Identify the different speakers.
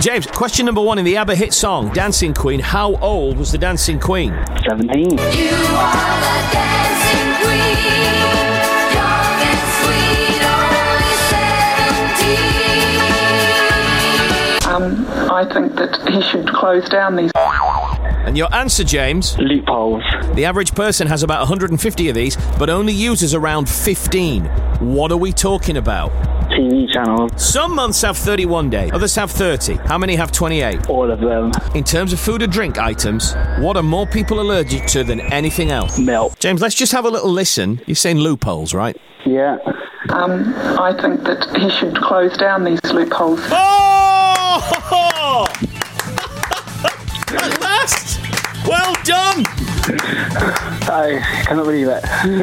Speaker 1: James, question number one in the ABBA hit song Dancing Queen. How old was the Dancing Queen?
Speaker 2: 17.
Speaker 3: You are the dancing queen, young and sweet, only seventeen.
Speaker 4: Um, I think that he should close down these.
Speaker 1: And your answer, James?
Speaker 2: Loopholes.
Speaker 1: The average person has about 150 of these, but only uses around 15. What are we talking about?
Speaker 2: TV channels.
Speaker 1: Some months have 31 days, others have 30. How many have 28?
Speaker 2: All of them.
Speaker 1: In terms of food or drink items, what are more people allergic to than anything else?
Speaker 2: Milk.
Speaker 1: James, let's just have a little listen. You're saying loopholes, right?
Speaker 2: Yeah.
Speaker 4: Um, I think that he should close down these loopholes.
Speaker 1: Oh! At last! Well done!
Speaker 2: I cannot believe it.